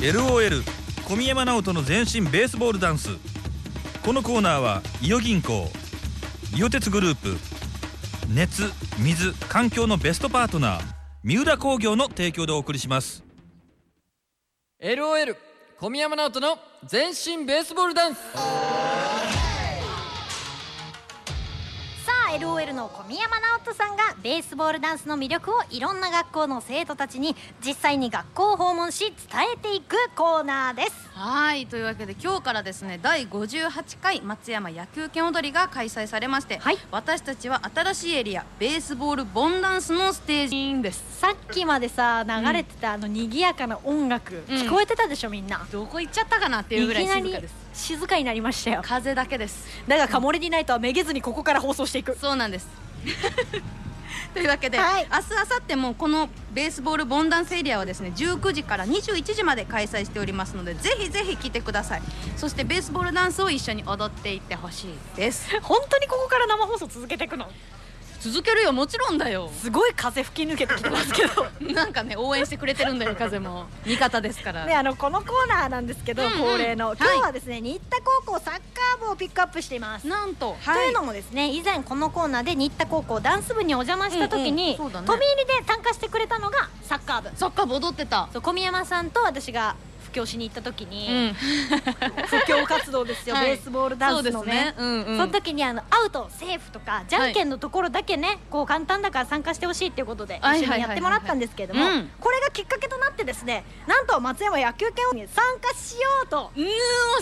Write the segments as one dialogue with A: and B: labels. A: LOL 小宮山直人の全身ベースボールダンスこのコーナーは伊予銀行伊予鉄グループ熱水環境のベストパートナー三浦工業の提供でお送りします
B: LOL 小宮山直人の全身ベースボールダンス
C: さあ LOL の小宮山直人さんがベースボールダンスの魅力をいろんな学校の生徒たちに実際に学校を訪問し伝えていくコーナーです
D: はいというわけで今日からですね第58回松山野球拳踊りが開催されまして、
C: はい
D: 私たちは新しいエリアベースボールボンダンスのステージんです
C: さっきまでさ流れてたあの賑やかな音楽、
D: ん
C: 聞こえてたでしょみんな、
D: どこ行っちゃったかなっていう
C: い
D: ぐらい
C: きな
D: 静か
C: り
D: です
C: 静かになりましたよ
D: 風だけです
C: だがカモレディナイトはめげずにここから放送していく
D: そうなんです というわけで、
C: はい
D: 明日明後日もこのベースボールボンダンスエリアはですね19時から21時まで開催しておりますのでぜひぜひ来てくださいそしてベースボールダンスを一緒に踊っていってほしいです
C: 本当にここから生放送続けていくの
D: 続けるよもちろんだよ
C: すごい風吹き抜けてきてますけ ど
D: なんかね応援してくれてるんだよ風も味方ですから、
C: ねあのこのコーナーなんですけど、
D: うんうん
C: 恒例の
D: はい
C: 今日はですね、新田高校サッカー部をピックアップしています
D: なんと、
C: というのもですね以前このコーナーで新田高校ダンス部にお邪魔した時に、
D: うんうんそうだね
C: 飛び入りで参加してくれたのがサッカー部
D: サッカー部踊ってた
C: そう小宮山さんと私が布教しに行った時
D: う
C: に、布教活動ですよ、
D: はい
C: ベースボールダンスのね
D: そうですねうんうん
C: その時にあのアウトセーフとかじゃんけんのところだけね、こう簡単だから参加してほしいっていうことで
D: はい
C: 一緒にやってもらったんですけれども、
D: はいはいはいはい
C: これがきっかけとなってですねなんと松山野球拳王に参加しようと
D: うーん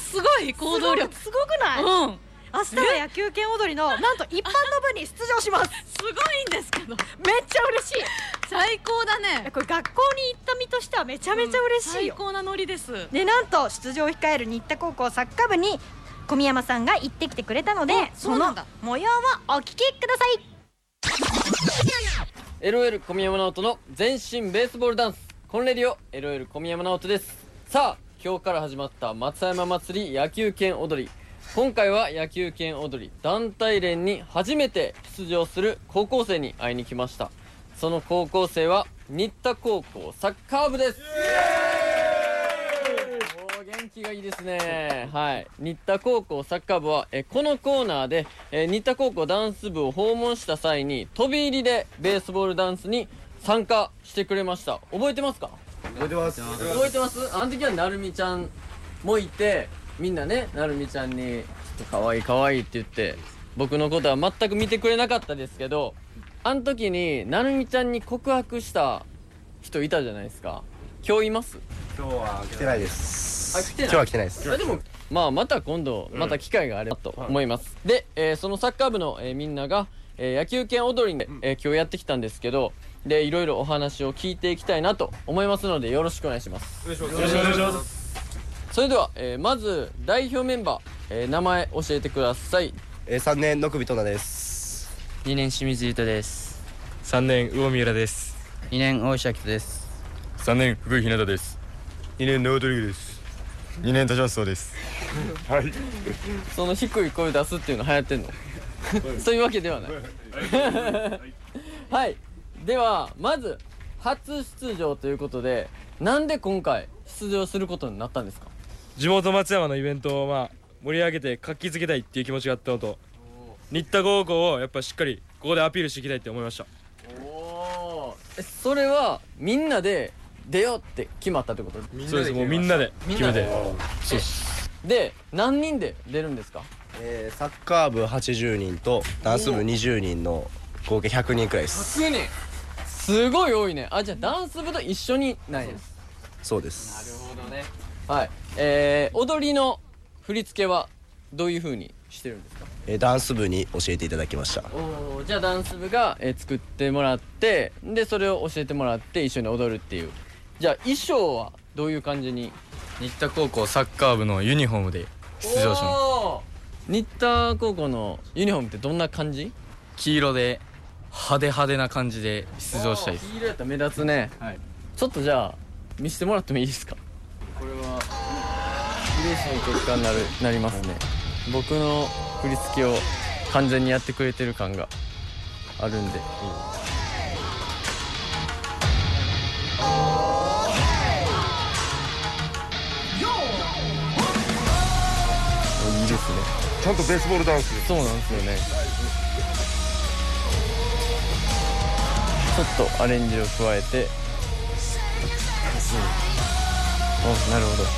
D: すごい行動力
C: すごくない、
D: うん
C: 明日は野球拳踊りのなんと一般の部に出場します
D: すごいんですけ
C: め
D: ど
C: っちゃ嬉しい
D: 最高だね
C: これ学校に行った身としてはめちゃめちゃ嬉しいよ、
D: 最高なノリです
C: でなんと出場を控える新田高校サッカー部に小宮山さんが行ってきてくれたので
D: あ
C: そ
D: そうな
C: の
D: んだ
C: 模様をお聞きください
B: LOL 小宮山直人の全身ベースボールダンスコンレディオ LOL 小宮山直人ですさあ今日から始まった松山祭り野球拳踊り今回は野球拳踊り団体連に初めて出場する高校生に会いに来ましたその高校生は新田高校サッカー部ですおー元気がいいですねはい新田高校サッカー部はえーこのコーナーで、えー新田高校ダンス部を訪問した際に飛び入りでベースボールダンスに参加してくれました覚えてますか
E: 覚えてます
B: 覚えてますあの時はなるみちゃんもいてみんなねなるみちゃんに「ちょっと可愛い可愛いって言って僕のことは全く見てくれなかったですけどあの時になるみちゃんに告白した人いたじゃないですか今日います
E: 来てないです
B: あ来てない
E: 今日は来てないです
B: あでもまあまた今度また機会があればと思います、で、えーそのサッカー部の、えーみんなが、えー野球拳踊りに、えー今日やってきたんですけどでいろいろお話を聞いていきたいなと思いますのでよろしくお願いしますそれでは、えーまず代表メンバー、えー名前教えてください
E: えー、3年の首となです
F: 2年清水優斗です
G: 3年魚見浦です
F: 2年大石明人です
G: 3年福井ひなたです2年ノートリグです2年田島そうですはい
B: その低い声出すっていうの流行ってんのそういうわけではない はいではまず初出場ということでなんで今回出場することになったんですか
G: 地元松山のイベントをまあ盛り上げて活気づけたいっていう気持ちがあったのと新田高校をやっぱしっかりここでアピールしていきたいって思いました
B: おーえそれはみんなで出ようって決まったってこと
G: そうですもうみんなで決めて
B: で何人で出るんですか
E: えー、サッカー部80人とダンス部20人の合計100人くらいです
B: 9人すごい多いねあじゃあダンス部と一緒にないです
E: そうです
B: なるほどねはいえー、踊りの振り付けはどういう風にしてるんですか
E: えー、ダンス部に教えていただきました
B: おーじゃあダンス部が、えー作ってもらってでそれを教えてもらって一緒に踊るっていうじゃあ衣装はどういう感じに
F: 新田高校サッカー部のユニフォームで出場します
B: ます新田高校のユニフォームってどんな感じ
F: 黄色で派手派手な感じで出場したいです
B: 黄色やったら目立つね、
F: はい
B: ちょっとじゃあ見せてもらってもいいですかこれは嬉しい結果になるなりますね僕の振り付けを完全にやってくれてる感があるんで
H: ゃんとベースボールダンス
B: そうなんですよねちょっとアレンジを加えて、うん、おなるほど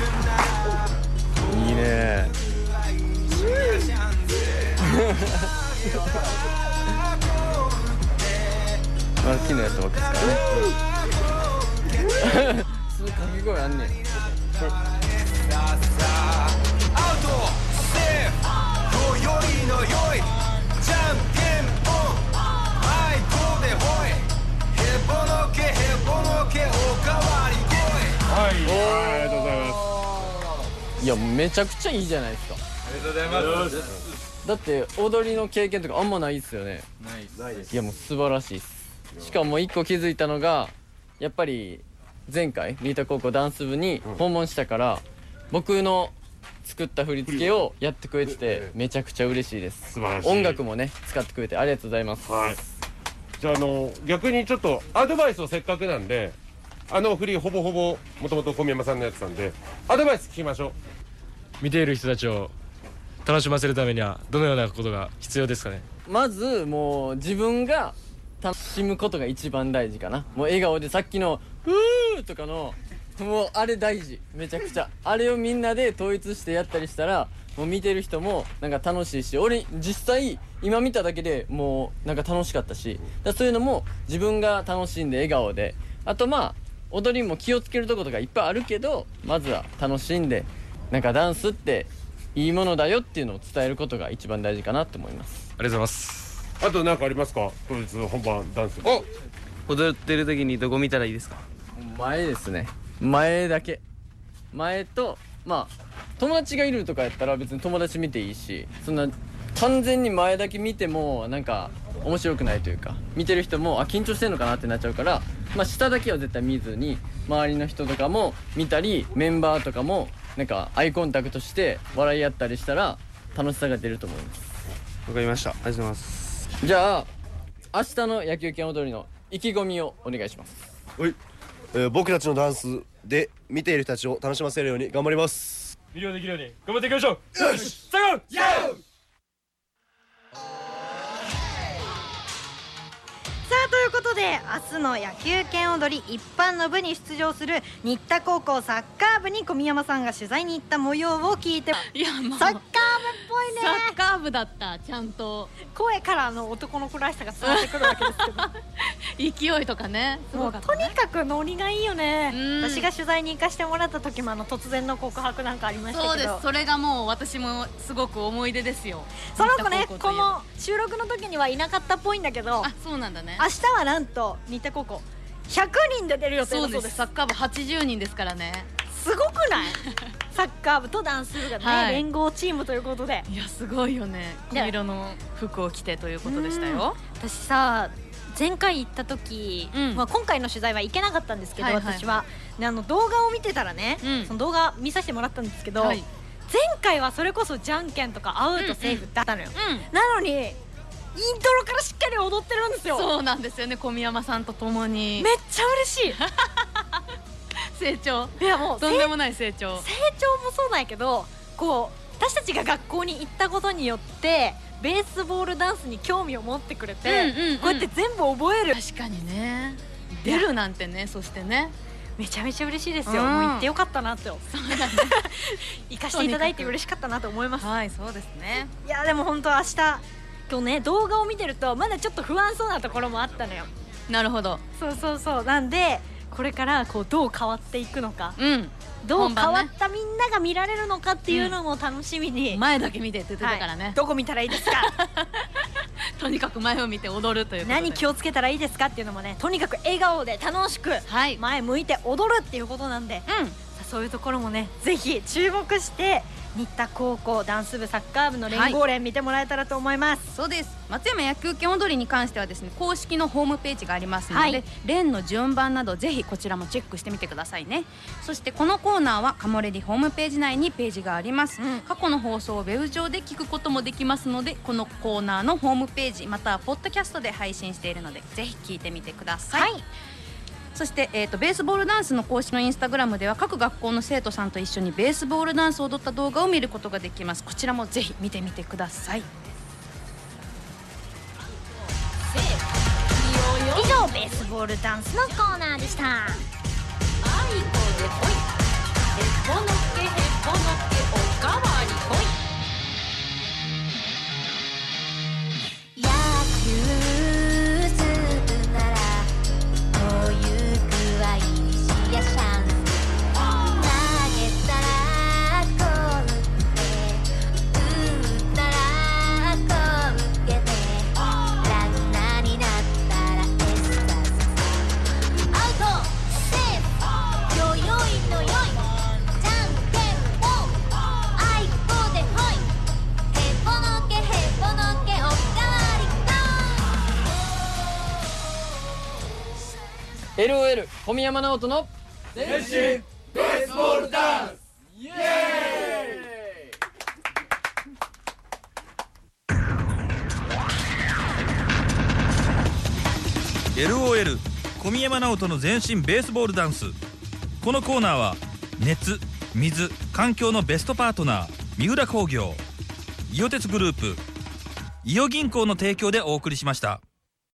H: いいね
B: マルキーのやつばっかですからねその掛け声あんねん
H: はいありがとうございま
B: いやめちゃくちゃいいじゃないですかだって踊りの経験とかあんまないですよねないですいやもう素晴らしいですしかも一個気づいたのがやっぱり前回リータ高校ダンス部に訪問したから、僕の作った振り付けをやってくれててめちゃくちゃ嬉しいです
H: 素晴らしい
B: 音楽もね使ってくれてありがとうございます
H: すはいじゃああの逆にちょっとアドバイスをせっかくなんであの振りほぼほぼもともと小宮山さんのやつなんでアドバイス聞きましょう
G: 見ている人たちを楽しませるためにはどのようなことが必要ですかね
B: まずもう自分が楽しむことが一番大事かなもう笑顔でさっきの「うー」とかのもうあれ大事めちゃくちゃあれをみんなで統一してやったりしたらもう見てる人もなんか楽しいし俺実際今見ただけでもうなんか楽しかったしだからそういうのも自分が楽しんで笑顔であとまあ踊りも気をつけるとことかいっぱいあるけどまずは楽しんでなんかダンスっていいものだよっていうのを伝えることが一番大事かなと思います
G: ありがとうございます
H: あと何かありますか当日本番ダンス
F: お踊ってる時にどこ見たらいいですか
B: 前ですね前だけ前とまあ友達がいるとかやったら別に友達見ていいしそんな完全に前だけ見てもなんか面白くないというか見てる人もあ緊張してんのかなってなっちゃうから、まあ、下だけは絶対見ずに周りの人とかも見たりメンバーとかもなんかアイコンタクトして笑い合ったりしたら楽しさが出ると思います
F: わかりましたありがとうございます
B: じゃあ明日の野球拳踊りの意気込みをお願いします
E: えー僕たちのダンスで見ている人たちを楽しませるように頑張ります
G: 魅了できるように頑張っていきましょうよし最後
C: さあということで明日の野球拳踊り一般の部に出場する新田高校サッカー部に小宮山さんが取材に行った模様を聞いて
I: いやもう
C: サッカー部っぽいね
I: サッカー部だったちゃんと
C: 声からの男の子らしさが伝わってくるわけですけど
I: 勢いとかねす
C: も
I: ご
C: う
I: かっ
C: と
I: た
C: に
I: ね
C: かくノリがいいよね
I: うん
C: 私が取材に行かしてもらった時もあの突然の告白なんかありまし
I: そ
C: た
I: う
C: け
I: です
C: ど
I: それがもう私もすごく思い出ですよ
C: その子ね
I: 新田高校
C: こと
I: いえば
C: の収録の時にはいなかったっぽいんだけど
I: あそうなんだね
C: 明日はなんと新田高校100人で出る予定
I: そ
C: だそううで
I: ですすサッカー部80人ですからね
C: すごく ないサッカー部とダンス部がね、
I: はい
C: 連合チームということで
I: いやすごいよね
C: で
I: 黄色の服を着てということでしたよ
C: 私さ前回行った時、
I: うん
C: まあ、今回の取材は行けなかったんですけど、
I: はいはいはい
C: 私はであの動画を見てたらね、
I: うん
C: その動画見させてもらったんですけど、
I: はい
C: 前回はそれこそじゃんけんとかアウトセーフだったのよ、
I: うん
C: なのにイントロからしっかり踊ってるんですよ
I: そうなんですよね小宮山さんと共に
C: めっちゃ 嬉し
I: 成長
C: いいやもう
I: とんでもない成長
C: 成長もそうなんやけどこう私たちが学校に行ったことによってベースボールダンスに興味を持ってくれて、
I: うんうんうん
C: こうやって全部覚える
I: 確かにね出るなんてねそしてね
C: めちゃめちゃ嬉しいですよ、
I: うん
C: もう行ってよかったなと 行かせていただいて嬉しかったなと思います
I: はいそうですね
C: いやでも本当明日今日ね動画を見てるとまだちょっと不安そうなところもあったのよ
I: なるほど
C: そうそうそうなんでこれからこうどう変わっていくのか
I: うん
C: どう
I: 本
C: 変
I: 番ね
C: わったみんなが見られるのかっていうのも楽しみに、
I: 前だけ見てって言ってたから
C: は
I: ね
C: い、 どこ見たらいいですか
I: とにかく前を見て踊るということで
C: 何気をつけたらいいですかっていうのもねとにかく笑顔で楽しく
I: はいうん
C: 前向いて踊るっていうことなんでそういうところもねぜひ注目して新田高校ダンス部サッカー部の連合連見てもらえたらと思います、
D: そうです松山野球拳踊りに関してはですね公式のホームページがありますので、
C: はい
D: 連の順番などぜひこちらもチェックしてみてくださいねそしてこのコーナーはカモレディホームページ内にページがあります、
C: うん
D: 過去の放送をウェブ上で聞くこともできますのでこのコーナーのホームページまたはポッドキャストで配信しているのでぜひ聞いてみてください、
C: はい
D: そして、えー、とベースボールダンスの公式のインスタグラムでは各学校の生徒さんと一緒にベースボールダンスを踊った動画を見ることができますこちらもぜひ見てみてください
J: 以上ベースボールダンスのコーナーでした野球するならこういう具合にシアシャンス投げたらこうって打ったらこう受けてランナーになったらエスタスアウトセーフよよいのよいじゃんけんぽんあいこでほいへっぽのけへっぽのけおかわりか
B: LOL 小宮山直人の
A: 「LOL 小宮山直人の全身ベースボールダンス」このコーナーは熱水環境のベストパートナー三浦工業伊予鉄グループ伊予銀行の提供でお送りしました。